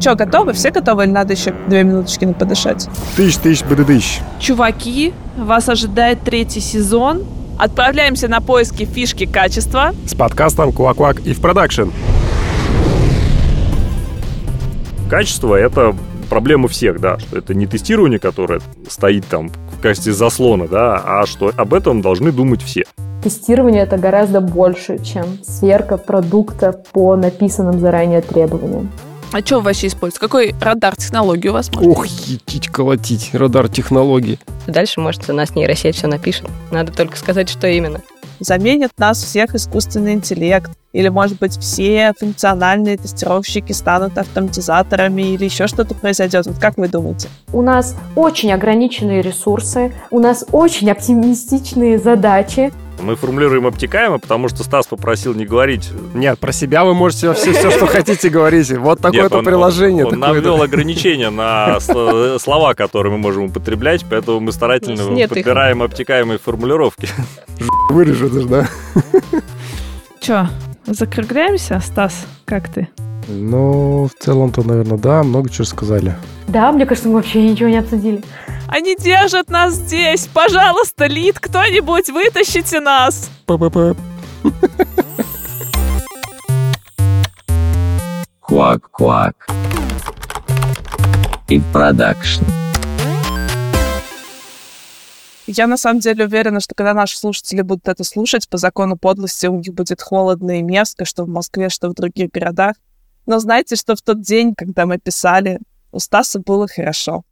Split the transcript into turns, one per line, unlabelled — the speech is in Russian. Че, готовы? Все готовы или надо еще две минуточки подышать?
Тыщ, тыщ, бдыдыщ.
Чуваки, вас ожидает третий сезон. Отправляемся на поиски фишки качества.
С подкастом Куак-Куак и в продакшн.
Качество — это проблема всех, да, что это не тестирование, которое стоит там в качестве заслона, да, а что об этом должны думать все.
Тестирование это гораздо больше, чем сверка продукта по написанным заранее требованиям.
А что вы вообще используете? Какой радар технологии у вас?
Ох, етить, колотить, радар технологий.
Дальше, может, у нас нейросеть все напишет. Надо только сказать, что именно.
Заменит нас всех искусственный интеллект. Или, может быть, все функциональные тестировщики станут автоматизаторами или еще что-то произойдет. Вот как вы думаете?
У нас очень ограниченные ресурсы, у нас очень оптимистичные задачи.
Мы формулируем обтекаемо, потому что Стас попросил не говорить.
Нет, про себя вы можете все, все что хотите, говорить. Вот
Нет,
такое-то
он-
приложение.
Он, он
такое-то.
навел ограничения на сло- слова, которые мы можем употреблять, поэтому мы старательно
Нет их.
подбираем обтекаемые формулировки.
Вырежу даже, да?
Че, закругляемся, Стас? Как ты?
Ну, в целом-то, наверное, да, много чего сказали.
Да, мне кажется, мы вообще ничего не обсудили.
Они держат нас здесь! Пожалуйста, Лид, кто-нибудь вытащите нас!
Па-па-па.
Куак-куак. И продакшн.
Я на самом деле уверена, что когда наши слушатели будут это слушать, по закону подлости у них будет холодно и мерзко, что в Москве, что в других городах. Но знаете, что в тот день, когда мы писали, у Стаса было хорошо.